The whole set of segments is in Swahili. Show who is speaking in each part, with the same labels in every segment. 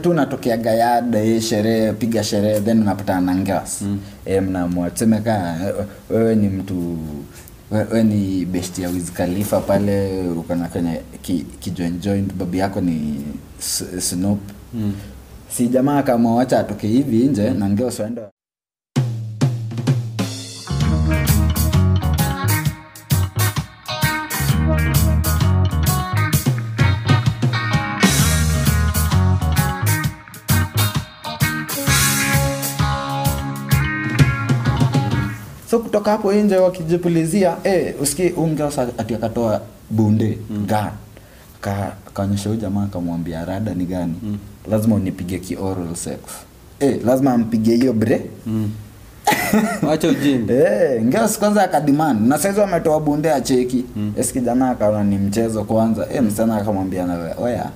Speaker 1: tu unatokeaga yada eh, sherehe piga sherehe then unapatana na ngewas mm. e, mnaamua tuseme kaa eh, wewe ni mtu we- wewe ni best ya Wiz Khalifa pale uko na kwenye ki, kijoin joint babu yako ni S- Snoop mm. si jamaa kama wacha atoke hivi nje na ngeos waenda so kutoka hapo nje wakijipulizia eh, usikii umgasa ati akatoa bunde mm. gan akaonyesha huyu jamaa akamwambia rada ni gani mm. lazima unipige ki oral sex eh, lazima ampige hiyo bre mm.
Speaker 2: wacha ujinga
Speaker 1: Eh, Ngeos kwanza akademand na saizi wametoa bunde ya cheki
Speaker 2: Hmm.
Speaker 1: mm. eski jamaa akaona ni mchezo kwanza e, msichana akamwambia na wewe oya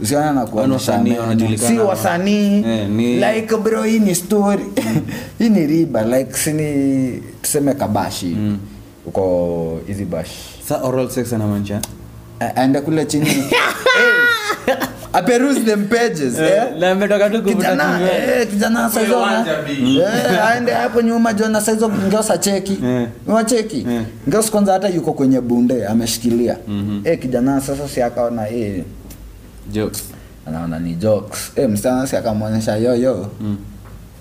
Speaker 1: usiana na kuonyesha
Speaker 2: wasanii
Speaker 1: meno.
Speaker 2: wanajulikana
Speaker 1: si
Speaker 2: na-
Speaker 1: wasanii
Speaker 2: Eh, ni-
Speaker 1: like bro hii ni story hii ni riba like sini tuseme kabashi
Speaker 2: Hmm.
Speaker 1: mm. uko hizi bash
Speaker 2: sa oral sex anamaanisha
Speaker 1: A- aende kule chini Eh, aperuse them pages eh?
Speaker 2: Eh, na ametoka tu kuvuta
Speaker 1: kijana
Speaker 2: kinywele.
Speaker 1: eh, kijana saizi
Speaker 3: Huyo
Speaker 1: wana-
Speaker 3: wanja bi.
Speaker 1: Eh, aende hapo nyuma jona saizo ngeosa cheki
Speaker 2: Eh.
Speaker 1: wacheki
Speaker 2: Eh.
Speaker 1: ngeos kwanza hata yuko kwenye bunde ameshikilia eh, kijana sasa si akaona eh,
Speaker 2: jokes
Speaker 1: anaona ni jokes eh, msichana si akamwonyesha yoyo
Speaker 2: Mm.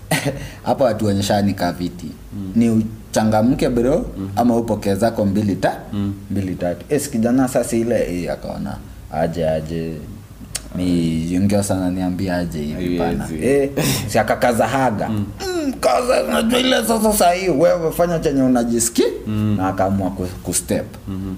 Speaker 1: hapa watu onyeshani ka viti ni uchangamke bro ama upokee zako mbili ta mbili tatu eh, si kijana sasa ile eh, akaona aje aje mi yungeo sana niambia aje hivi pana
Speaker 2: Haiwezi.
Speaker 1: eh, si akakaza haga Mm, kaza unajua ile sasa sahii wewe fanya chenye unajisikia na akaamua ku- kustep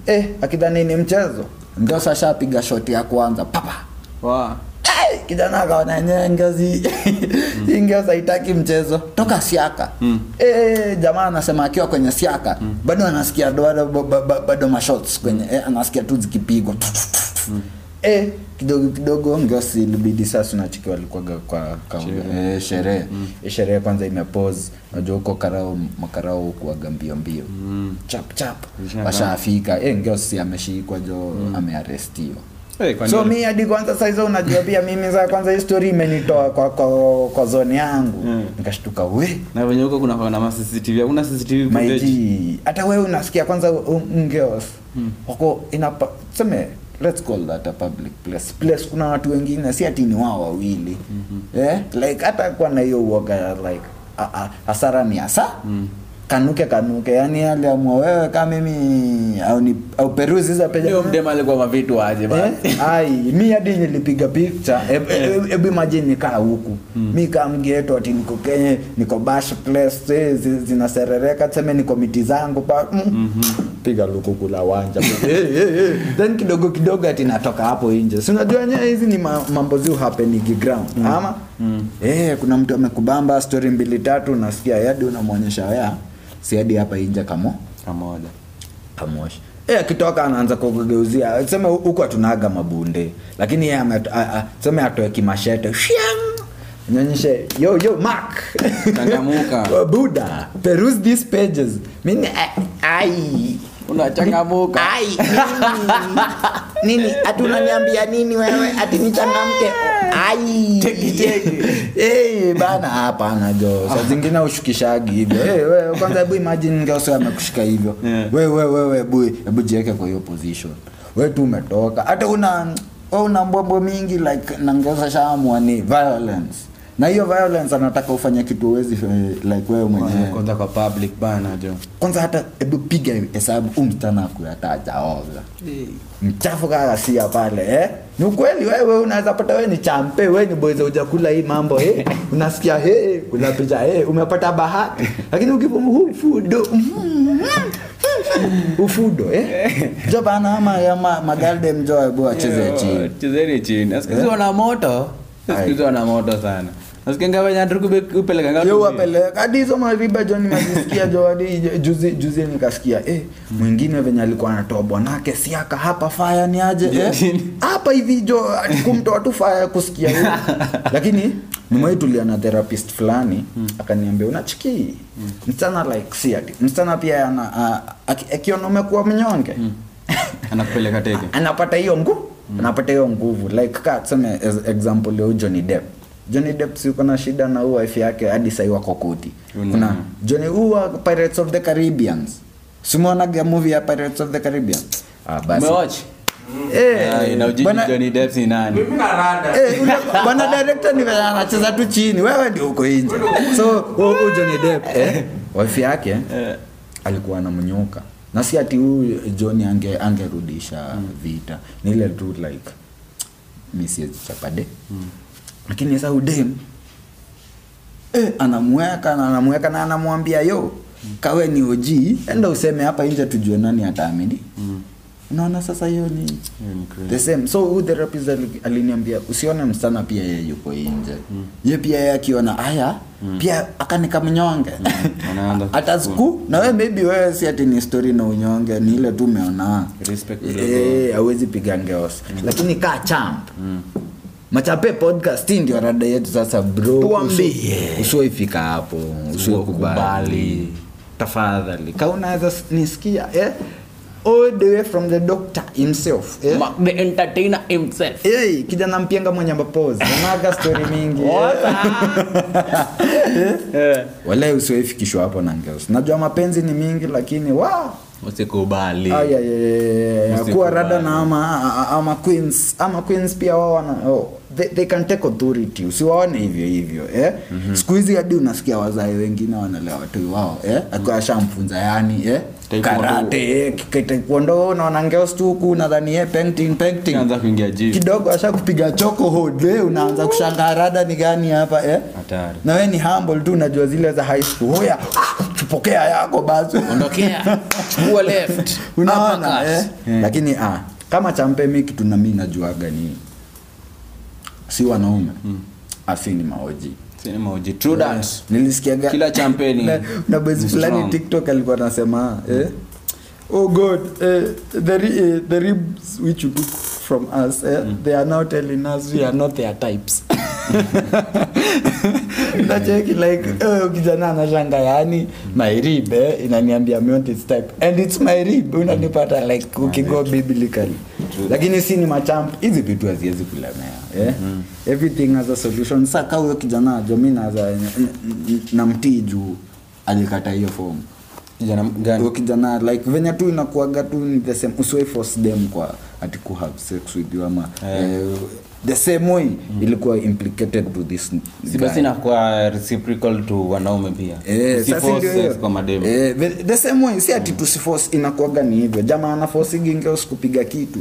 Speaker 1: eh, akidhani ni mchezo ndio sasa apiga shoti ya kwanza papa
Speaker 2: Wow.
Speaker 1: Ai, kijana akaona enyewe ngozi hii ngozi haitaki mchezo toka siaka Eh, jamaa anasema akiwa kwenye siaka bado anasikia do- bado, ba- ba- bado mashots kwenye eh, anasikia tu zikipigwa Tu- tu- tu- tu. Eh, kidogo kidogo ngosi ilibidi sasa unachikiwa alikuwaga kwa kwa- eh, sherehe Eh, sherehe kwanza imepose unajua huko karao makarao hukuwaga mbio mbio
Speaker 2: Mm.
Speaker 1: chap chap
Speaker 2: Zishaga.
Speaker 1: washafika eh, ngosi ameshikwa jo amearestiwa
Speaker 2: Hey, Eh, kwani
Speaker 1: so
Speaker 2: wali-
Speaker 1: mi hadi kwanza saizo unajua pia mimi za kwanza hii story imenitoa kwa, kwa, kwa zone yangu
Speaker 2: Mm.
Speaker 1: nikashtuka we
Speaker 2: na venye huko kuna kuna ma CCTV hakuna CCTV footage
Speaker 1: maiji hata wewe unasikia kwanza ngeos wako ina pa- tuseme let's call that a public place place kuna watu wengine si ati ni wao wawili eh? like hata kuwa na hiyo uoga like a- a- hasara ni hasa kanuke kanuke yani aliamua wewe kama mimi au, ni, au peruzi hizo peja
Speaker 2: Leo mdema alikuwa mavitu aje bana
Speaker 1: Eh, ai mi hadi nilipiga picha hebu e, e, imagine nikaa huku mi kaa mgeto ati niko kenye niko bash place eh, zi- zinaserereka tuseme niko miti zangu pa mm. piga lukuku la wanja Eh, eh, eh. then kidogo kidogo ati natoka hapo nje si unajua nyewe hizi ni ma, mambo ziu happening ground ama eh, kuna mtu amekubamba story mbili tatu unasikia yadi unamwonyesha wea si hadi hapa nje kamo
Speaker 2: kamoja
Speaker 1: kamoshi Eh, akitoka anaanza kugeuzia tuseme hu- huko tunaga mabunde lakini yeye ame- a- a- tuseme atoe kimashete Shiang! nyonyeshe yo yo mark
Speaker 2: Changamuka.
Speaker 1: buda peruse these pages mimi eh, ai
Speaker 2: unachangamuka
Speaker 1: ai nini nini ati unaniambia nini wewe ati nichangamke ai
Speaker 2: Cheki, cheki.
Speaker 1: eh bana hapana jo saa zingine ushukishagi hivyo eh wewe kwanza hebu imagine ngoso amekushika hivyo
Speaker 2: Yeah.
Speaker 1: wewe wewe wewe hebu hebu jiweke kwa hiyo position wewe tu umetoka hata una wewe una mbombo mingi like na ngoso shaamua ni violence na hiyo violence anataka ufanye kitu uwezi like wewe mwenyewe
Speaker 2: kwanza kwa public bana jo
Speaker 1: kwanza hata hebu piga hesabu huu msichana akuyataja oga
Speaker 2: Eh.
Speaker 1: mchafu kaka sia pale eh? ni ukweli wewe unaweza pata wewe ni champe wewe ni boiza ujakula hii mambo eh? unasikia eh, hey, kuna picha hey, umepata bahati lakini ukipumu huu fudo mm, ufudo eh? jo bana ama ama magalde mjo hebu wacheze chini
Speaker 2: Eh, oh, chezeni chini Eh? nasikizi wana moto nasikizi wana moto sana nasikianga venye atukupelekanga
Speaker 1: Yo, wapeleka hadi hizo mariba jo nimezisikia jo hadi ju- juzi juzi nikasikia eh, mwingine venye alikuwa anatoa bwanake siaka hapa faya ni aje eh,
Speaker 2: Jini.
Speaker 1: hapa hivi jo ati kumtoa tu faya kusikia hiyo. lakini nimewai tulia na therapist fulani akaniambia unachiki msichana like si ati msichana pia ana- a- aki- akiona umekuwa mnyonge
Speaker 2: anakupeleka teke
Speaker 1: anapata hiyo ngu
Speaker 2: Mm.
Speaker 1: anapata hiyo nguvu like ka tuseme as example leo johnny depp johnny depp si uko na shida na huyu wife yake hadi sahii wako koti
Speaker 2: Mm.
Speaker 1: kuna johnny huwa pirates of the caribbeans simuonaga movie ya pirates of the caribbean ah, basi
Speaker 2: umewatch
Speaker 1: Eh,
Speaker 2: Ah, inaujiji
Speaker 1: bwana-
Speaker 2: Johnny Depp si nani
Speaker 3: mimi na rada
Speaker 1: Eh, ule- bwana director ni vile anacheza tu chini wewe ndio uko nje so huyu Oh, Johnny Depp eh, wife yake
Speaker 2: Eh.
Speaker 1: alikuwa anamnyuka na si ati huyu Johnny ange angerudisha vita ni ile tu like mi siwezi chapade lakini sasa udem eh, anamweka na anamweka na anamwambia yo kawe ni OG enda useme hapa nje tujue nani ataamini
Speaker 2: Mm.
Speaker 1: unaona sasa hiyo ni the same so huyu therapist ali- aliniambia usione msichana pia ye yuko inje ye pia ye akiona haya pia akanikamnyonge
Speaker 2: Mm, anaanza
Speaker 1: hata siku na we maybe wewe si ati ni story na unyonge ni ile tu umeona
Speaker 2: Respect Mm.
Speaker 1: Eh, hawezi piga ngeos lakini kaa champ machape podcast hii ndio rada yetu sasa bro
Speaker 2: Tuambie.
Speaker 1: usioifika hapo usiokubali
Speaker 2: Usiokubali.
Speaker 1: tafadhali ka unaweza s- nisikia eh? all the way from the doctor himself eh?
Speaker 2: Mark the entertainer himself
Speaker 1: Hey, kijana mpienga mwenye mapozi anaga stori mingi
Speaker 2: Eh.
Speaker 1: wala usiwaifikishwa hapo na ngels najua mapenzi ni mingi lakini wa
Speaker 2: usikubali
Speaker 1: Ay, ay, ay, ay, ay,
Speaker 2: Usikubali.
Speaker 1: kuwa rada na ama, a- a- ama queens ama queens pia wao wana oh, they, they can take authority usiwaone hivyo hivyo eh? mm-hmm. siku hizi hadi unasikia wazae wengine wanalea watoi wao eh? akiwa shamfunza yani eh?
Speaker 2: Taekwondo.
Speaker 1: karate eh? ki- taekwondo unaona ngeos tu huku nadhani eh, painting painting
Speaker 2: Anza kuingia jivu.
Speaker 1: kidogo asha kupiga choko hode unaanza kushangaa rada ni gani hapa eh?
Speaker 2: Hatari.
Speaker 1: na we ni humble tu unajua zile za high school hoya pokea yako basi
Speaker 2: ondokea chukua left
Speaker 1: unaona
Speaker 2: Uppercut.
Speaker 1: eh? lakini ah, kama champe mi kitu na mi najuaga ni si wanaume mm. asini maoji
Speaker 2: Sema uji true Hmm. that
Speaker 1: nilisikiaga
Speaker 2: Kila champeni
Speaker 1: Na- na boys
Speaker 2: ni
Speaker 1: fulani
Speaker 2: strong.
Speaker 1: tiktok alikuwa anasema eh? oh god eh, the, ri- eh, the ribs which you took from us eh,
Speaker 2: Hmm.
Speaker 1: they are now telling us we are not their types nacheki like eh, kijana anashanga yani my rib eh, inaniambia I'm not its type and it's my rib unanipata like ukigo biblically lakini si ni machamp hizi vitu haziwezi kulemea eh?
Speaker 2: Mm-hmm.
Speaker 1: everything has a solution sa ka huyo kijana jomi naza namtii juu alikata hiyo fomu
Speaker 2: Kijana
Speaker 1: huyo
Speaker 2: gani?
Speaker 1: kijana like venye tu inakuaga tu ni the same usiwai force them kwa ati ku have sex with you ama eh, the same way ilikuwa implicated to this
Speaker 2: Mm-hmm. si
Speaker 1: guy.
Speaker 2: basi inakuwa reciprocal to wanaume pia
Speaker 1: Eh,
Speaker 2: Si
Speaker 1: sasa
Speaker 2: force
Speaker 1: ndio hiyo.
Speaker 2: sex kwa mademu
Speaker 1: Eh, the- the same way si ati tusiforce inakuaga ni hivyo jamaa anafosigi ngeos kupiga kitu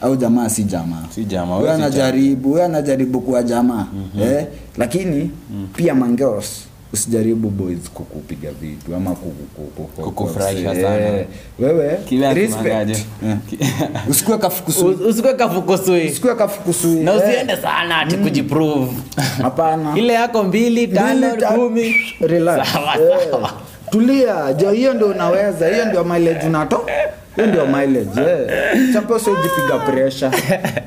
Speaker 1: au jamaa si jamaa
Speaker 2: Mhm. Si jamaa, Mhm.
Speaker 1: Huyo
Speaker 2: wewe si
Speaker 1: anajaribu huyo anajaribu kuwa jamaa eh, lakini
Speaker 2: Mhm.
Speaker 1: pia mangeos usijaribu boys kukupiga vitu ama kuku- kuku- kuku-
Speaker 2: Kukufurahisha
Speaker 1: eh,
Speaker 2: sana.
Speaker 1: wewe
Speaker 2: Kila
Speaker 1: respect.
Speaker 2: akimangaje.
Speaker 1: Eh. usikue kafukusui
Speaker 2: usikwe kafukusui
Speaker 1: usikue kafukusui
Speaker 2: na
Speaker 1: eh.
Speaker 2: usiende sana ati kujiprove
Speaker 1: hapana
Speaker 2: ile yako mbili tano
Speaker 1: Mbili, tatu.
Speaker 2: kumi
Speaker 1: Relax.
Speaker 2: Sawa,
Speaker 1: Eh.
Speaker 2: sawa.
Speaker 1: tulia jo hiyo ndio unaweza hiyo ndio mileage unato hiyo ndio mileage eh. chapo sio jipiga pressure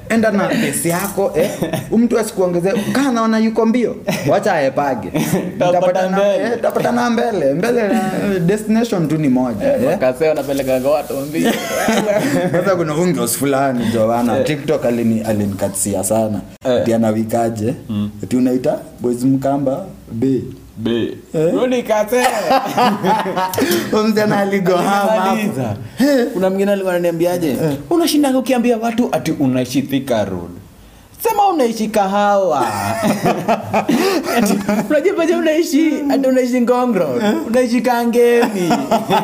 Speaker 1: enda na pesi yako eh. Huyu mtu asikuongezee kaa naona yuko mbio wacha aepage
Speaker 2: Tapata mbele.
Speaker 1: tapata na mbele mbele eh, destination tu ni moja eh.
Speaker 2: kaseo napelekaga watu mbili
Speaker 1: sasa kuna ungos fulani joana tiktok alini- alinikatisia sana
Speaker 2: Eh. Mm.
Speaker 1: ati anawikaje ati unaita boys mkamba b
Speaker 2: Be.
Speaker 1: Eh?
Speaker 2: Rudi kaseo
Speaker 1: mzana aligohama hapo.
Speaker 2: Nimemaliza. Eh, kuna mwingine alikuwa ananiambiaje unashindanga ukiambia watu ati unaishi Thika Road sema unaishi kahawa Ati, unajua je unaishi ati unaishi Ngong Road unaishi kangemi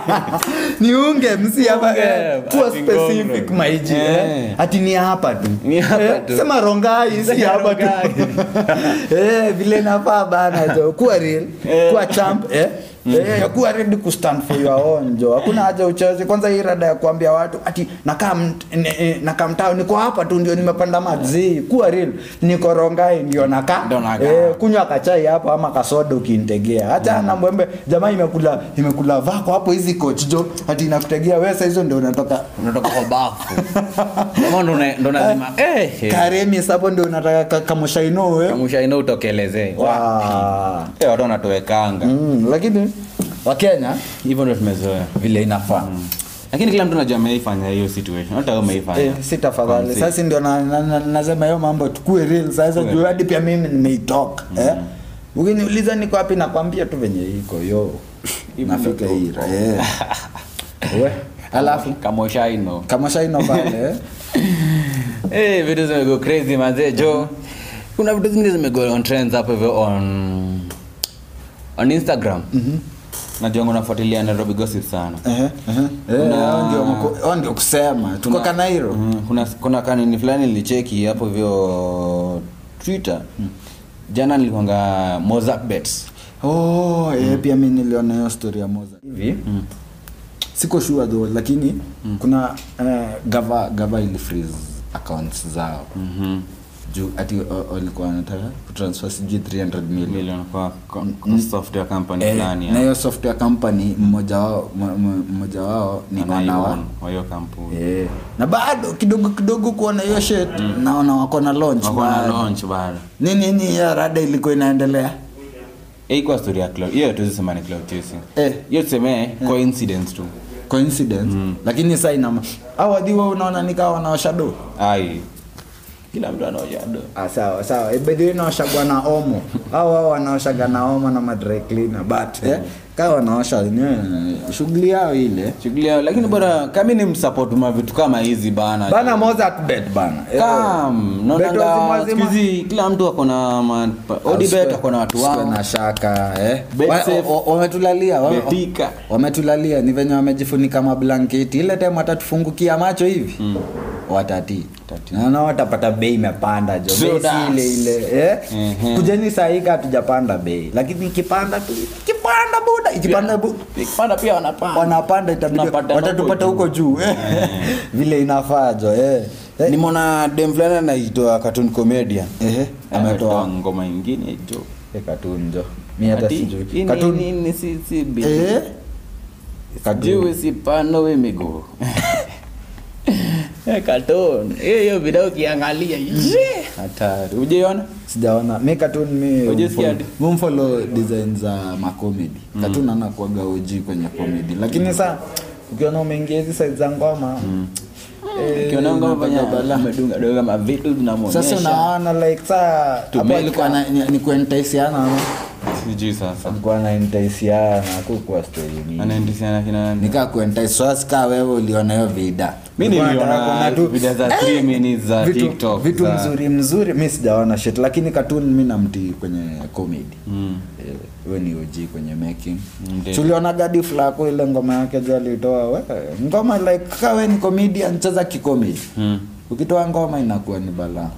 Speaker 1: ni unge msi hapa
Speaker 2: Unge,
Speaker 1: eh, kuwa
Speaker 2: ati
Speaker 1: specific
Speaker 2: ngongwe.
Speaker 1: maiji eh.
Speaker 2: Eh.
Speaker 1: ati ni hapa tu
Speaker 2: Ni hapa
Speaker 1: Eh,
Speaker 2: tu.
Speaker 1: sema rongai si
Speaker 2: Sema
Speaker 1: hapa tu eh, vile nafaa bana jo kuwa real
Speaker 2: Eh. Mm.
Speaker 1: kuwa champ eh Eh, kuwa ready kustand for your own jo hakuna haja uchozi kwanza hii rada ya kuambia watu ati nakaa mt- n- eh, nakaa mtao niko hapa tu ndio nimepanda mazi kuwa real niko rongai ndio nakaa
Speaker 2: Ndio nakaa.
Speaker 1: Eh, kunywa kachai hapo ama kasoda ukintegea hata
Speaker 2: Mm.
Speaker 1: na mwembe jamaa imekula imekula vako hapo hizi coach jo hati inakutegea wewe sasa hizo ndio unatoka
Speaker 2: unatoka kwa bafu kama ndo na- ndo nasema eh eh,
Speaker 1: karemi sapo ndio unataka ka- kamoshaino wewe
Speaker 2: kamusha ina utokelezee
Speaker 1: Wa-
Speaker 2: Eh, watu wanatowekanga
Speaker 1: mm, lakini wakenya
Speaker 2: hivyo ndo tumezoea
Speaker 1: vile inafaa
Speaker 2: lakini kila mtu najua ameifanya hiyo situation hata wewe umeifanya
Speaker 1: Eh, si tafadhali
Speaker 2: Konsi.
Speaker 1: sasa ndio na- na- na- nasema hiyo mambo tukue real sasa
Speaker 2: Tukue. Mm.
Speaker 1: juu hadi pia mimi nimeitoka eh? ukiniuliza niko wapi nakwambia tu venye iko yo
Speaker 2: Hivi
Speaker 1: nafika
Speaker 2: ndo-
Speaker 1: hira eh. we alafu
Speaker 2: kama ushaino
Speaker 1: kama shaino pale eh?
Speaker 2: Eh, vitu zimego crazy manze jo kuna vitu zingine zimego on trends hapo hivyo on on instagram
Speaker 1: Mhm.
Speaker 2: najuangu nafuatilia nairobi gossip sana
Speaker 1: Ehe, ehe. Eh,
Speaker 2: Kuna-
Speaker 1: hao ndio mko- hao ndio kusema tuko
Speaker 2: Kuna-
Speaker 1: kanairo
Speaker 2: Mm, kuna, kuna kanini fulani nilicheki hapo hivyo twitter
Speaker 1: Mm.
Speaker 2: jana nilikuanga mozabet
Speaker 1: oh, eh, pia mi niliona hiyo story ya moza hivi Mm. siko sure though lakini kuna eh, gava gava ili freeze accounts zao juu ati o- walikuwa wanataka kutransfer sijui 300 million
Speaker 2: million kwa, kwa, kwa software company
Speaker 1: Mm. Eh,
Speaker 2: fulani
Speaker 1: na hiyo software company mmoja wao mmo- mmo- mmoja wao ni wanawa
Speaker 2: anaiwan wa hiyo kampuni
Speaker 1: Eh, na bado kidogo kidogo kuona hiyo shit naona wako na launch
Speaker 2: wako na
Speaker 1: bado.
Speaker 2: launch bado
Speaker 1: Ni nini hiyo rada ilikuwa inaendelea
Speaker 2: ikuwa Eh, story ya cloud hiyo tuzisema ni cloud chasing
Speaker 1: Eh.
Speaker 2: hiyo tuseme coincidence tu
Speaker 1: coincidence lakini saa inama au adhiwa unaona nikawa wanaoshado
Speaker 2: ai kila mtu anaojado
Speaker 1: Ah, sawa sawa Eh, by the way naoshagwa na omo au wao wanaoshaga na omo na madry cleaner but eh, kaa wanaosha wenyewe shughuli yao ile
Speaker 2: shughuli yao lakini bora kami ni msupport ma vitu kama hizi bana
Speaker 1: bana mozart bed bana Eh,
Speaker 2: Kam,
Speaker 1: bet wazima
Speaker 2: naonanga
Speaker 1: wazima.
Speaker 2: skuizi kila mtu akona odibet
Speaker 1: Sikuwe-
Speaker 2: akona watu
Speaker 1: sikuwe
Speaker 2: wao
Speaker 1: na shaka eh.
Speaker 2: Bet
Speaker 1: Wa-
Speaker 2: safe.
Speaker 1: wa- wa- wametulalia wa-
Speaker 2: Betika.
Speaker 1: wametulalia ni venye wamejifunika mablanketi ile time watatufungukia macho hivi
Speaker 2: Hmm.
Speaker 1: watati naona watapata bei imepanda jo bei
Speaker 2: Sodas.
Speaker 1: si ile ile eh?
Speaker 2: Mhm.
Speaker 1: kujeni saika hatujapanda bei lakini ikipanda tu ikipanda buda ikipanda bu
Speaker 2: Ikipanda pia wanapanda.
Speaker 1: wanapanda itabidi
Speaker 2: Tunapata
Speaker 1: watatupata
Speaker 2: huko
Speaker 1: huko juu eh. vile inafaa jo eh. Eh,
Speaker 2: nimeona dem fulani anaitwa cartoon comedian
Speaker 1: ehe, ametoa
Speaker 2: ametoa ngoma ingine jo
Speaker 1: Eh, cartoon jo mi hata
Speaker 2: Ati,
Speaker 1: sijui
Speaker 2: ini-
Speaker 1: Cartoon.
Speaker 2: ini- si- si bidi.
Speaker 1: Eh? Cartoon.
Speaker 2: Sijui, si pano we miguu Eh, cartoon. Eh, hiyo video ukiangalia je, hatari ujaiona
Speaker 1: sijaona mi katun mi
Speaker 2: Hujasikia ati?
Speaker 1: mumfolo design za makomedi
Speaker 2: Mm.
Speaker 1: katun anakuaga oji kwenye komedi lakini saa ukiona umeingia hizi saizi za ngoma eh,
Speaker 2: Mm. ukiona ngoma
Speaker 1: unapata
Speaker 2: fanya
Speaker 1: balaa.
Speaker 2: umedunga dogo kama vitu
Speaker 1: sasa
Speaker 2: tunamwonyesha
Speaker 1: unaona like saa
Speaker 2: To
Speaker 1: hapo
Speaker 2: make
Speaker 1: alikuwa
Speaker 2: up.
Speaker 1: na- ni ni kuentaisiana ama?
Speaker 2: sijui sasa
Speaker 1: alikuwa anaentaisiana kukuwa stori nyingi
Speaker 2: anaendesiana kina nani
Speaker 1: nikaa kuentaiswaska wewe uliona hiyo vida
Speaker 2: Mi
Speaker 1: Ulikuwa
Speaker 2: niliona
Speaker 1: unataka kuona tu-
Speaker 2: video za three minutes za
Speaker 1: vitu,
Speaker 2: TikTok
Speaker 1: vitu
Speaker 2: za-
Speaker 1: mzuri mzuri mi sijaona shit lakini katun mi namtii kwenye comedy
Speaker 2: Mm.
Speaker 1: Eh, we ni OG kwenye making
Speaker 2: Ndiyo.
Speaker 1: tuliona gadi flako ile ngoma yake jo alitoa we ngoma like kawe ni comedian cheza kikomedi
Speaker 2: Mm.
Speaker 1: ukitoa ngoma inakuwa ni balaa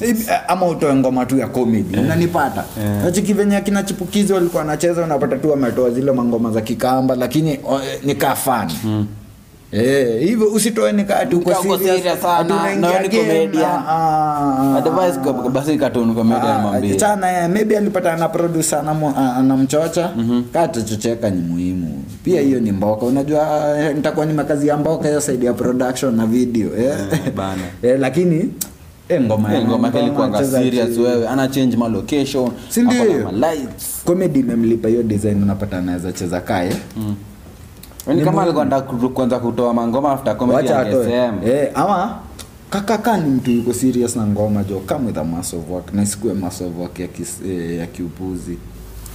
Speaker 1: Hivi, eh, ama utoe ngoma tu ya comedy unanipata
Speaker 2: Eh.
Speaker 1: nachiki venye akina chipukizi walikuwa anacheza unapata tu ametoa zile mangoma za kikamba lakini oh, eh, nikaa fani Eh, hivyo usitoe nikaa tu
Speaker 2: Nikaa uko serious sana, na wewe ni
Speaker 1: Ah,
Speaker 2: comedian. Otherwise, kwa- kwa- basi cartoon comedy anamwambia.
Speaker 1: chana maybe alipata ana produce anamo- a- anamchocha
Speaker 2: Mhm.
Speaker 1: katachocheka ni muhimu pia hiyo ni mboka unajua eh, nitakuwa ni makazi ya mboka hiyo side ya production na video eh.
Speaker 2: Eh, bana.
Speaker 1: eh, lakini eh, ngoma
Speaker 2: Eh, ngoma yake ilikuwanga
Speaker 1: anacheza
Speaker 2: serious
Speaker 1: chini.
Speaker 2: wewe ana change ma location
Speaker 1: Si ndio?
Speaker 2: ako na ma lights
Speaker 1: comedy imemlipa hiyo design unapata anaweza cheza kaye
Speaker 2: Mm, Yaani kama alikuwa anataka ku- kuanza kutoa mangoma after comedy
Speaker 1: wacha atoe
Speaker 2: angesema
Speaker 1: eh, ama kakaka ni mtu yuko serious na ngoma jo come with a mass of work na isikuwe mass of work ya, kis, eh, ya kiupuzi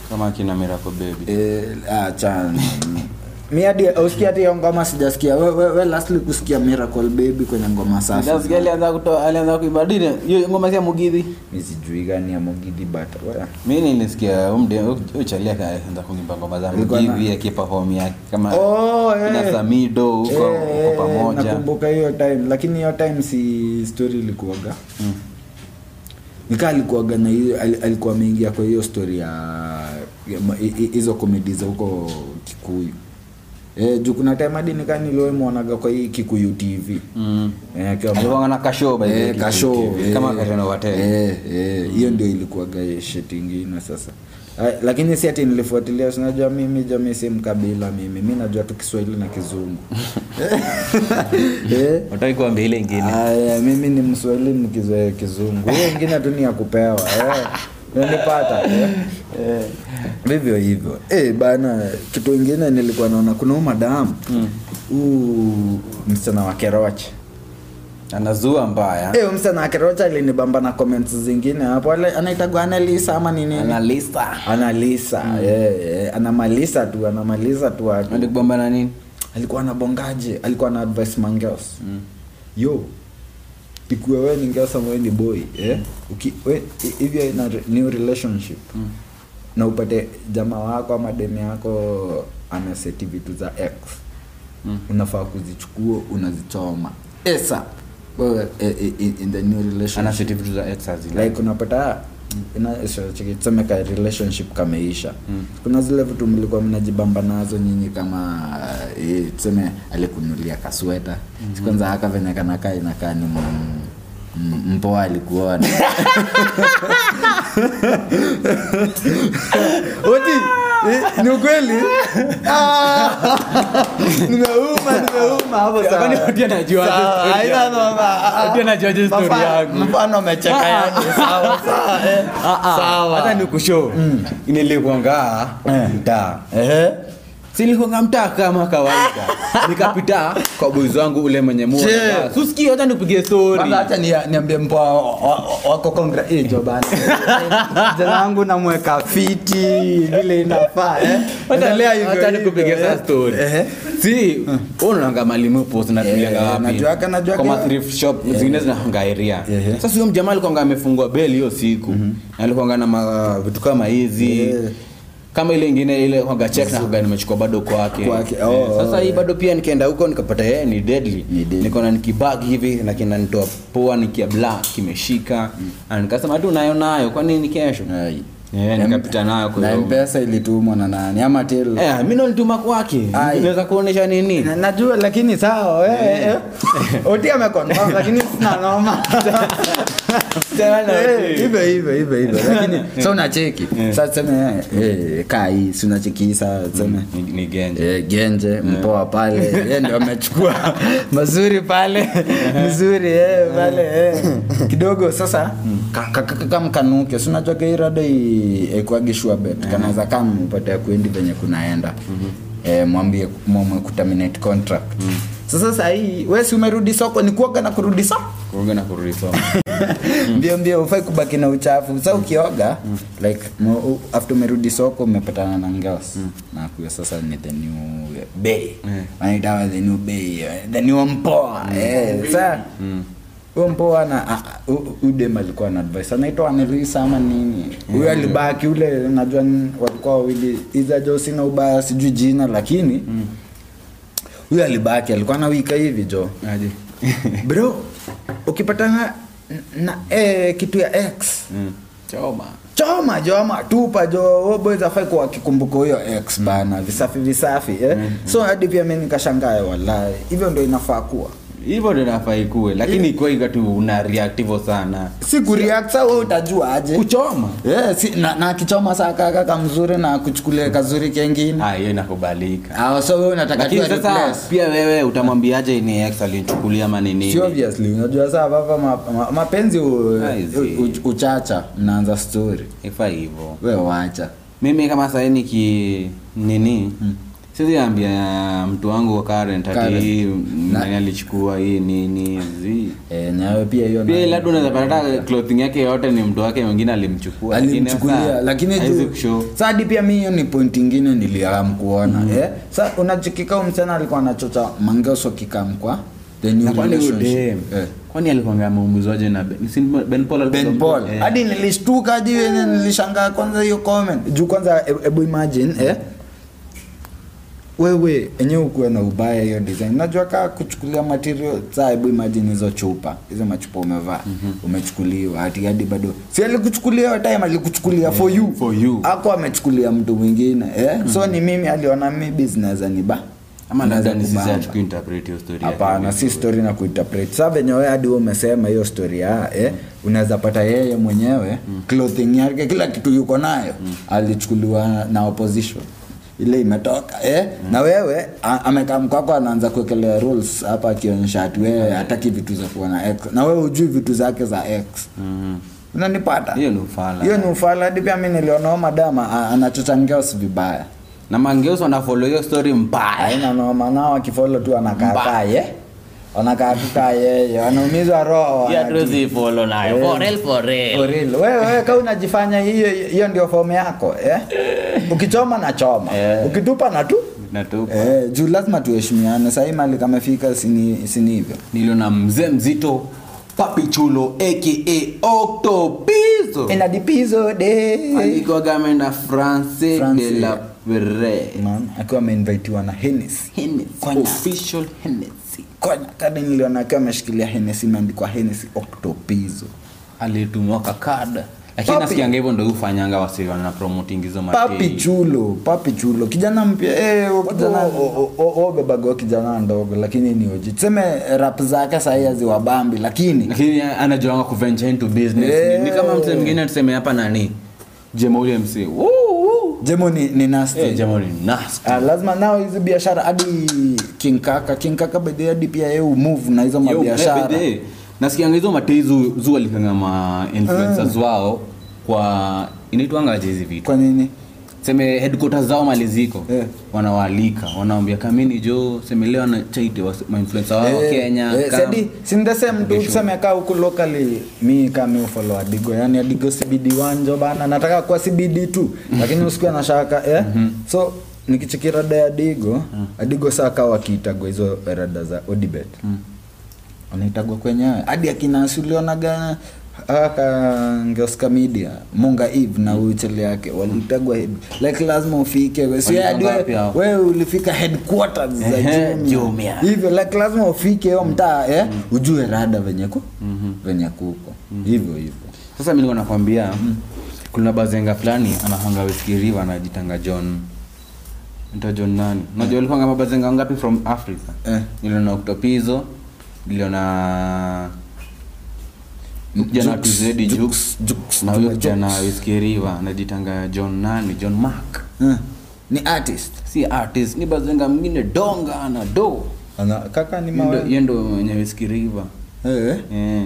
Speaker 2: kama akina Miracle Baby
Speaker 1: Eh, mm. acha mi hadi usikia hata hiyo ngoma sijasikia we, we, we lastly kusikia miracle baby kwenye ngoma safi
Speaker 2: Sasa sikia alianza kutoa alianza kuibadili hiyo ngoma si ya Mugithi
Speaker 1: mi sijui gani ya mogidi but we-
Speaker 2: mimi nilisikia umde uchalia kaanza kuimba ngoma za
Speaker 1: Alikuwa na-
Speaker 2: Mugithi akiperform yake kama
Speaker 1: Oh, eh.
Speaker 2: kina Samido huko
Speaker 1: Eh,
Speaker 2: huko pamoja
Speaker 1: nakumbuka hiyo time lakini hiyo time si story ilikuwaga mm. nikaa alikuwaga na hiyo al- alikuwa ameingia kwa hiyo story ya ya ma- hi- hi- hizo komedi za huko kikuyu Eh, juu kuna time hadi nikaa niliwemwonaga kwa hii kikuyu tv
Speaker 2: Mm.
Speaker 1: Eh, akiwa-
Speaker 2: alikuwa na kashow by the way,
Speaker 1: Eh, kasho,
Speaker 2: kitu-
Speaker 1: eh,
Speaker 2: kama kashow hotel
Speaker 1: eh, eh, hiyo ndio ilikuwaga eh, shit ingine sasa Ah, lakini si ati nilifuatilia sinajua mimi jamii si mkabila mimi mi najua tu kiswahili na kizungu eh?
Speaker 2: Wataki kuambia ile ingine.
Speaker 1: Aya, mimi ni mswahili mkizoea kizungu hiyo ingine tu ni ya kupewa eh. unanipata vivyo hivyo eh bana kitu ingine nilikuwa naona kuna huu madamu huu msichana wa keroche
Speaker 2: Ah, anazua mbaya
Speaker 1: Eh, huyu msichana wa keroche alinibamba na comments zingine hapo Ale- anaitagwa analisa ama ni nini
Speaker 2: analista
Speaker 1: analisa eh, eh, anamalisa tu anamalisa tu watu
Speaker 2: alikugombana nini
Speaker 1: alikuwa anabongaje alikuwa na advice mangels mm. yo ikue we ni ngels ama we ni boy eh? Uki, we, i- if you're in a re- new relationship mm. na upate jamaa wako ama demu yako ameseti vitu za x mm. unafaa kuzichukua unazichoma esa wewe eh, eh, in, in the new relationship
Speaker 2: anaseti vitu za exercise like
Speaker 1: like unapata tuseme ka relationship kameisha kuna zile vitu mlikuwa mnajibamba nazo nyinyi kama eh, tuseme alikunulia kasweta mm-hmm. kwanza haka venye kanakaa inakaa ni m- m- mpoa alikuona oti eh, ni ukweli Ah! nimeuma nimeuma hapo
Speaker 2: Kwani
Speaker 1: sawa.
Speaker 2: Oti anajua aje
Speaker 1: Sawa,
Speaker 2: story
Speaker 1: haina
Speaker 2: yangu?
Speaker 1: noma.
Speaker 2: Oti anajua aje story
Speaker 1: Mfano-
Speaker 2: yangu? Ah,
Speaker 1: mfano amecheka yani sawa sawa eh. Sawa. Mm.
Speaker 2: hata nikusho nilikuangaa
Speaker 1: Eh.
Speaker 2: mtaa
Speaker 1: Ehe.
Speaker 2: silikuanga mtaa kama kawaida nikapita kwa boys wangu ule
Speaker 1: Je.
Speaker 2: mwenye mua suski hata nipigie story
Speaker 1: Kwanza acha ni- niambie mpoa wa- wa- wako kongra eh, jo bana jana wangu namweka fiti vile inafaa eh. Endelea hivyo hivyo,
Speaker 2: nikupiga saa
Speaker 1: eh.
Speaker 2: story
Speaker 1: Ehe.
Speaker 2: si unaanga malimu post natulianga
Speaker 1: Eh,
Speaker 2: wapi
Speaker 1: najuaga, najuaga.
Speaker 2: kwa ma thrift shop zingine zinahanga area
Speaker 1: Eh. Ehe. Mhm.
Speaker 2: sasa huyo mjamaa alikuanga amefungua beli hiyo siku na alikuanga na ma- vitu kama hizi
Speaker 1: Eh.
Speaker 2: kama ile ingine ile kwanga check na kwanga nimechukua bado kwake
Speaker 1: Kwake,
Speaker 2: Eh,
Speaker 1: oh,
Speaker 2: sasa
Speaker 1: oh,
Speaker 2: hii bado pia nikaenda huko nikapata yeye ni deadly
Speaker 1: Ni deadly.
Speaker 2: nikaona nikibag hivi na kinanitoa poa nikia black kimeshika
Speaker 1: Mm.
Speaker 2: na nikasema tu nayo nayo kwani ni kesho
Speaker 1: Ai.
Speaker 2: Eh, nikapita nayo kwa
Speaker 1: na
Speaker 2: hiyo-
Speaker 1: mpesa ilitumwa na nani ama till
Speaker 2: Eh, mi nalituma kwake
Speaker 1: Ai.
Speaker 2: naweza kuonesha nini
Speaker 1: Na- najua lakini sawa eh, eh. oti amekonfirm lakini sina noma Eh, hivyo hivyo hivyo hivyo lakini sa unacheki sa tuseme eh, kaa hii si unacheki hii saa tuseme
Speaker 2: Ni- ni genje
Speaker 1: Eh, genje mpoa pale ye ndio amechukua mazuri pale mzuri eh, pale eh. kidogo sasa ka- ka- ka- kama kanuke si unajua kai rada ikuagishua bet kanaweza kama upate ya kuendi venye kunaenda eh, mwambie mwamwe kuterminate contract sasa sahii wesi umerudi soko ni kuoga na kurudi soko
Speaker 2: kuoga na kurudi soma
Speaker 1: mbio mbio ufai kubaki na uchafu sa ukioga like mo- u- after umerudi soko umepatana na ngels na kuyo sasa ni the new bay
Speaker 2: Eh.
Speaker 1: wanaitawa the new bay eh, the new mpoa eh, sa huyo mpoa na a- a- u- u- udem alikuwa na advice anaitwa amelisa ama nini huyo alibaki ule najua ni- walikuwa wawili izajo sina ubaya sijui jina lakini huyo alibaki alikuwa na wika hivi jo
Speaker 2: aje
Speaker 1: bro ukipatana na, na eh, kitu ya x
Speaker 2: Mm. choma
Speaker 1: choma jo ama tupa jo Huyo boys afai kuwa kikumbuko huyo x bana visafi visafi eh?
Speaker 2: Mhm.
Speaker 1: so hadi pia mi nikashangaa wala hivyo ndio inafaa kuwa
Speaker 2: hivyo ndio nafaa ikue
Speaker 1: Eh.
Speaker 2: lakini ikiwa ikatu una react hivyo sana
Speaker 1: si kureact sa wewe utajua aje
Speaker 2: kuchoma
Speaker 1: yeah, si, na, na kichoma saa kaka kamzuri na kuchukulia kazuri kengine
Speaker 2: Ah, hiyo inakubalika
Speaker 1: Ah, so wewe unataka tu
Speaker 2: lakini
Speaker 1: ya
Speaker 2: sasa
Speaker 1: replace.
Speaker 2: pia wewe utamwambiaje ni ex alinichukulia ama ni
Speaker 1: si
Speaker 2: nini
Speaker 1: obviously unajua saa baba ma, ma, mapenzi u,
Speaker 2: Ah, is
Speaker 1: u,
Speaker 2: it?
Speaker 1: u, uchacha mnaanza story
Speaker 2: ifa hivyo
Speaker 1: we wacha
Speaker 2: mimi kama sahii niki nini sizi ambia mtu wangu wa current ati
Speaker 1: Hmm. Current.
Speaker 2: hii
Speaker 1: Na-
Speaker 2: nani alichukua hii nini zi
Speaker 1: Eh, nawe pia hiyo
Speaker 2: pia
Speaker 1: nayo-
Speaker 2: labda unaweza pata clothing yake yote ni mtu wake mwingine alimchukua
Speaker 1: alimchukulia lakini tu- sa hadi pia mi hiyo ni point ingine nilialam kuona
Speaker 2: Mhm.
Speaker 1: eh? sa unachikika mchana alikuwa anachocha mangeso kikam kwa the new relationship. Eh.
Speaker 2: kwani alikwanga ameumbuzaje na Ben- si Ben Paul alikuwa
Speaker 1: Ben
Speaker 2: ameumbuza-
Speaker 1: Paul
Speaker 2: Eh.
Speaker 1: hadi nilishtuka hadi wenye nilishangaa kwanza hiyo comment juu kwanza e- ebu imagine eh? wewe enyewe ukuwe na ubaya hiyo design najua kaa kuchukulia material saa ebu imagine hizo chupa hizo machupa umevaa
Speaker 2: Mhm.
Speaker 1: umechukuliwa hati hadi bado si alikuchukulia hiyo time alikuchukulia for you
Speaker 2: for you.
Speaker 1: ako amechukulia mtu mwingine eh? so ni mimi aliona maybe zinaweza niba
Speaker 2: ama labda ni sisi
Speaker 1: kubamba.
Speaker 2: hatukuinterpret hiyo story yake.
Speaker 1: Hapana, si story na kuinterpret. Sasa venye wewe hadi wewe umesema hiyo story ya eh, unaweza pata yeye mwenyewe clothing yake kila kitu yuko nayo alichukuliwa na opposition ile imetoka eh? na wewe a- amekaa mkwako anaanza kuekelea rules
Speaker 2: Mm-hmm.
Speaker 1: hapa akionyesha ati wewe hataki vitu za kuwa na x na wewe hujui vitu zake za x unanipata
Speaker 2: hiyo ni ufala
Speaker 1: hiyo ni ufala hadi pia mi nilionao madama a- anachocha ngeos vibaya
Speaker 2: na mangeus wanafolo hiyo story mbaya
Speaker 1: aina noma nao akifolo tu eh? anakaakaa ye anakaatuka yeye eh, wanaumizwa roho
Speaker 2: Hiyo
Speaker 1: wanati-
Speaker 2: hatuwezi follow
Speaker 1: Eh.
Speaker 2: nayo. For real, for real.
Speaker 1: For real. wewe wewe kama unajifanya hiyo hiyo ndio fomu yako eh? ukichoma na choma
Speaker 2: Eh.
Speaker 1: ukitupa na tu
Speaker 2: Natupa.
Speaker 1: eh, juu lazima tuheshimiane sahii mali kamefika sini sini hivyo
Speaker 2: niliona mzee mzito papi chulo aka octopizo
Speaker 1: inadipizo de
Speaker 2: alikuwa gameenda france
Speaker 1: France.
Speaker 2: de la pre
Speaker 1: Man, akiwa ameinvitiwa na Hennessy Kwanza.
Speaker 2: official Hennessy.
Speaker 1: Konya, kadi niliona akiwa ameshikilia Hennessy imeandikwa Hennessy Octopizo
Speaker 2: alitumiwa kakada lakini
Speaker 1: Papi.
Speaker 2: nasikianga hivyo ndo ufanyanga wasiwana na promoting hizo
Speaker 1: papi
Speaker 2: matei
Speaker 1: chulo papi chulo kijana mpya eh, huyo kijana
Speaker 2: Watu
Speaker 1: obebago kijana ndogo lakini ni oji tuseme rap zake sahii haziwabambi lakini
Speaker 2: lakini anajuanga kuventure into business
Speaker 1: Eh.
Speaker 2: ni kama mse mwingine tuseme hapa nani jemauli mc Woo, woo.
Speaker 1: jemo ni, ni nasty
Speaker 2: Eh, jemauli nasty
Speaker 1: Ah, lazima nao hizi biashara hadi kinkaka kinkaka bedhi hadi pia yeu move na hizo
Speaker 2: Yo, eh,
Speaker 1: mabiashara
Speaker 2: bede. nasikianga hizo matei zu, zu walikanga ma influencers
Speaker 1: Ah.
Speaker 2: wao kwa inaitwanga aje hizi vitu
Speaker 1: kwa nini
Speaker 2: seme headquarters zao maliziko
Speaker 1: Eh.
Speaker 2: wanawaalika wanawambia kamini jo seme leo anachaite mainfluencer wao
Speaker 1: Eh,
Speaker 2: Oh, kenya
Speaker 1: eh,
Speaker 2: come."
Speaker 1: sadi sindesem
Speaker 2: They
Speaker 1: tu
Speaker 2: should.
Speaker 1: tuseme kaa huku locally mi kami ufolo adigo yani adigo cbd wanjo bana nataka kuwa cbd tu lakini usikuwa na shaka eh?
Speaker 2: Mhm.
Speaker 1: so nikicheki rada ya adigo
Speaker 2: Ah.
Speaker 1: adigo saa kaa wakiitagwa hizo rada za odibet
Speaker 2: Mm.
Speaker 1: wanaitagwa kwenyewe hadi akinasi ulionaga ah, akangeoska media munga eve
Speaker 2: Mm.
Speaker 1: na uchele yake walitagwa head like lazima ufike we- si
Speaker 2: Walitagwa
Speaker 1: hadi we-
Speaker 2: wapi hao?
Speaker 1: wewe ulifika headquarters za
Speaker 2: Ehe,
Speaker 1: Jumia.
Speaker 2: Jumia. Mm-hmm.
Speaker 1: hivyo like lazima ufike hiyo mtaa eh, ujue rada venye ku venye kuko hivyo hivyo
Speaker 2: sasa mi nilikuwa nakwambia
Speaker 1: Mm.
Speaker 2: kuna bazenga fulani anahanga wiskiriva anajitanga john nta john nani unajua alikuanga mabazenga wangapi from africa
Speaker 1: Eh.
Speaker 2: niliona octopizo niliona jana
Speaker 1: Jux,
Speaker 2: tuzedi
Speaker 1: Jux,
Speaker 2: Jux,
Speaker 1: Jux,
Speaker 2: na huyo
Speaker 1: Jux.
Speaker 2: kijana wiskiriva anajitanga john nani john mark
Speaker 1: Eh, ni artist
Speaker 2: si artist ni bazenga mwingine donga ana do
Speaker 1: ana kaka ni
Speaker 2: Yendo-
Speaker 1: mawe
Speaker 2: yendo wenye wiskiriva
Speaker 1: eh eh.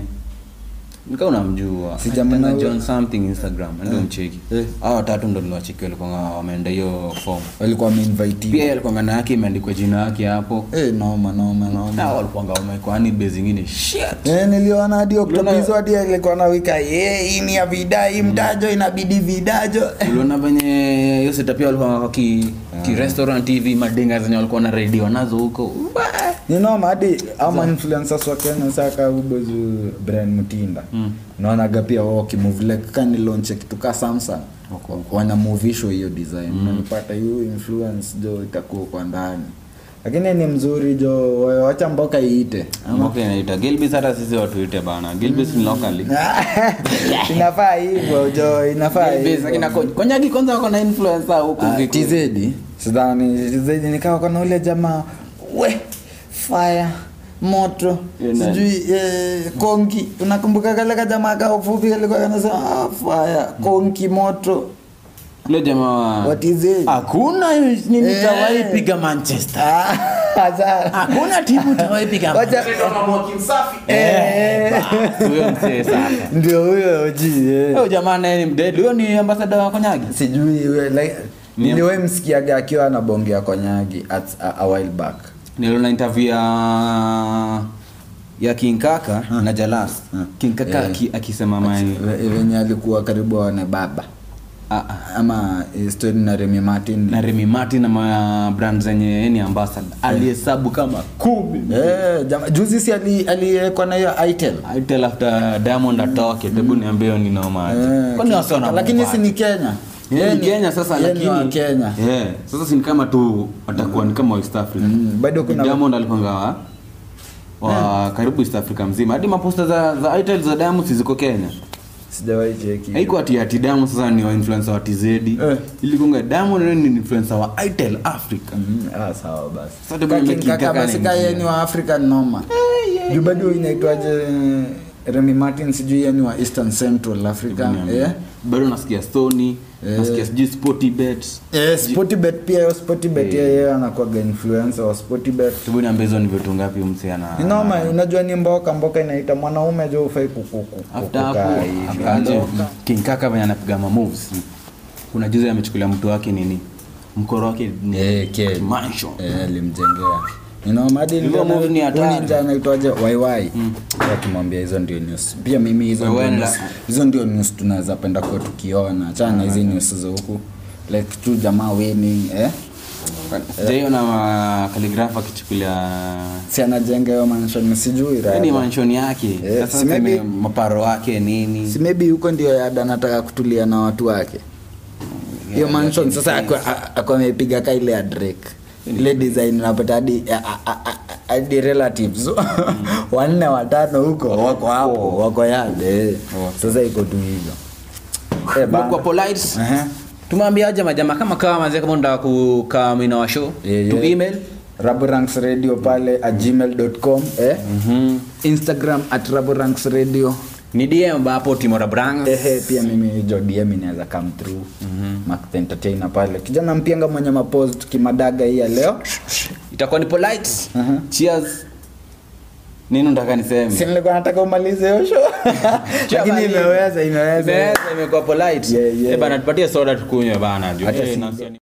Speaker 2: nika unamjua
Speaker 1: Sijamwona
Speaker 2: Tena
Speaker 1: huyo.
Speaker 2: john something instagram ndio mcheki
Speaker 1: Eh.
Speaker 2: hao watatu ndo niwacheki walikuwa wameenda hiyo form
Speaker 1: walikuwa wameinvite
Speaker 2: pia alikuwa na yake imeandikwa jina yake hapo
Speaker 1: eh noma noma noma
Speaker 2: na walikuwa wamekwani base ingine shit
Speaker 1: Eh, niliona hadi
Speaker 2: Uliona-
Speaker 1: oktopizo hadi alikuwa na wika ye hii ni ya vida hii mtajo inabidi vidajo
Speaker 2: uliona venye hiyo sita pia walikuwa waki
Speaker 1: Ah.
Speaker 2: ki restaurant hivi madinga zenye walikuwa na redio nazo huko Wa-
Speaker 1: ni noma hadi ama influencers wa kenya saka ubozu brian mtinda mm. naonaga pia wao wakimuvlekani lonche kitu ka samsung wanamuvisho hiyo design nanipata hiyo influence jo itakuwa kwa ndani lakini ni mzuri jo wacha mboka iite
Speaker 2: Mboka inaita gilbis hata sisi watuite bana gilbis ni
Speaker 1: Eh.
Speaker 2: locally
Speaker 1: inafaa hivyo jo inafaa
Speaker 2: Gilbis,
Speaker 1: hivyo.
Speaker 2: lakini ako- konyagi kwanza wako na influencer huko
Speaker 1: Ah,
Speaker 2: viko.
Speaker 1: tizedi sidhani tizedi nikawa kona ule jamaa we fire moto
Speaker 2: Yeye nani?
Speaker 1: sijui eh, konki unakumbuka kale kajamaa kaofupi kalikuwa kanasema ah, fire
Speaker 2: Mm.
Speaker 1: konki moto
Speaker 2: Ule jamaa wa-
Speaker 1: watizedi
Speaker 2: hakuna nini
Speaker 1: Eh.
Speaker 2: tawahi piga manchester
Speaker 1: Ah,
Speaker 2: Ah, hakuna timu tawahi piga Eh. Manchester. huyo mzee sasa
Speaker 1: Eh, ndio huyo oji eh.
Speaker 2: huyo jamaa naye ni mdedi huyo ni ambasada wa konyagi
Speaker 1: sijui we, like,
Speaker 2: Ni-
Speaker 1: niliwe msikiaga akiwa anabongea konyagi at, a, a while back
Speaker 2: niliona interview ya ya kinkaka na jalas kinkaka
Speaker 1: Eh.
Speaker 2: aki- Ah. akisema mai
Speaker 1: Ve- venye alikuwa karibu aone baba
Speaker 2: Ah, ah.
Speaker 1: ama eh, story na remi martin
Speaker 2: na remi mati na ma brand zenye yeye ni ambasada alihesabu kama kumi
Speaker 1: Eh, jama- juzi si ali- aliwekwa na hiyo itel
Speaker 2: Itel after diamond atoke hebu niambie hiyo ni noma aje. Kwani wasi wana
Speaker 1: Eh, lakini
Speaker 2: mumbaji?
Speaker 1: si ni kenya
Speaker 2: Yeye
Speaker 1: Yeye
Speaker 2: ni Yaani, Kenya sasa
Speaker 1: yeye ni Yaani, wa
Speaker 2: lakini
Speaker 1: kenya
Speaker 2: Yeah. Sasa si ni kama tu watakuwa ni kama West Africa.
Speaker 1: Mm, bado kuna- Eh.
Speaker 2: Diamond alipanga wa, wa karibu East Africa mzima. Hadi maposta za za Itel za Diamond si ziko Kenya.
Speaker 1: sijawahi cheki
Speaker 2: Haiko ati ati Diamond sasa ni wa influencer wa TZ.
Speaker 1: Eh.
Speaker 2: Ili kunga Diamond yeye ni influencer wa Itel Africa.
Speaker 1: Mm, ah, sawa basi
Speaker 2: Sasa ndio maana
Speaker 1: Kaka-
Speaker 2: imekikaka
Speaker 1: kaka, basi
Speaker 2: ni
Speaker 1: ka yeye
Speaker 2: mjia.
Speaker 1: ni wa african noma juu bado inaitwaje remy martin sijui yani wa eastern central africa eh?
Speaker 2: Yaani, bado nasikia sony nasikia sijui sportbet
Speaker 1: Eh, sportybet pia hiyo sportybet yeye yeah. anakwaga influencer wa sportybet
Speaker 2: hebu niambie hizo ni vitu ngapi mse ana
Speaker 1: inoma unajua ni mboka mboka inaita mwanaume jo ufai kukuku
Speaker 2: after hapo akaje king kaka venye anapiga ma moves kuna juzi amechukulia mtu wake nini mkoro wake ni
Speaker 1: Eh,
Speaker 2: mansion
Speaker 1: limjengea
Speaker 2: Hiyo movie ni hatari. Hmm.
Speaker 1: inaitwaje waiwai akimwambia hizo ndio news pia mimi hizo ndio
Speaker 2: Waiwai
Speaker 1: news-
Speaker 2: na-
Speaker 1: hizo ndio news tunaweza penda kuwa tukiona chana na hizi news za huku like tu jamaa winning eh?
Speaker 2: sijaiona ma- calligrapher akichukulia
Speaker 1: si anajenga hiyo mansion sijui raha.
Speaker 2: ni manshoni yake
Speaker 1: Eh,
Speaker 2: sasa
Speaker 1: si maybe-
Speaker 2: tuseme maparo wake nini
Speaker 1: si maybe huko ndio yada anataka kutulia na watu wake hiyo mansion sasa ako- a- ako amepiga ka ile ya drake ile design unapata hadi a- a- a- a- hadi relatives wanne watano huko wako hapo wako yade sasa iko tu hivyo Eh, bana.
Speaker 2: kwa polite
Speaker 1: Ehe.
Speaker 2: tumwambiaje majama kama kawa manze kama unataka kukaa mwina wa show
Speaker 1: Eh, Yeah,
Speaker 2: tu
Speaker 1: yeah.
Speaker 2: email
Speaker 1: Raburanks radio pale at gmail.com eh? instagram at raburanks radio
Speaker 2: ni dm hapo timora branga
Speaker 1: ehe pia mimi jodm inaweza come through Mark the entertainer pale kijana mpianga mwenye mapost kimadaga hii ya leo
Speaker 2: itakuwa ni polite
Speaker 1: Uh-huh.
Speaker 2: cheers nini unataka
Speaker 1: si
Speaker 2: niseme
Speaker 1: nilikuwa nataka umalize hiyo show lakini imeweza imeweza
Speaker 2: Imeweza, imekuwa polite
Speaker 1: Yeah, yeah.
Speaker 2: Eh, bana tupatie soda tukunywe bana jo
Speaker 1: Hata
Speaker 2: Eh,
Speaker 1: si-
Speaker 2: nasikia ni-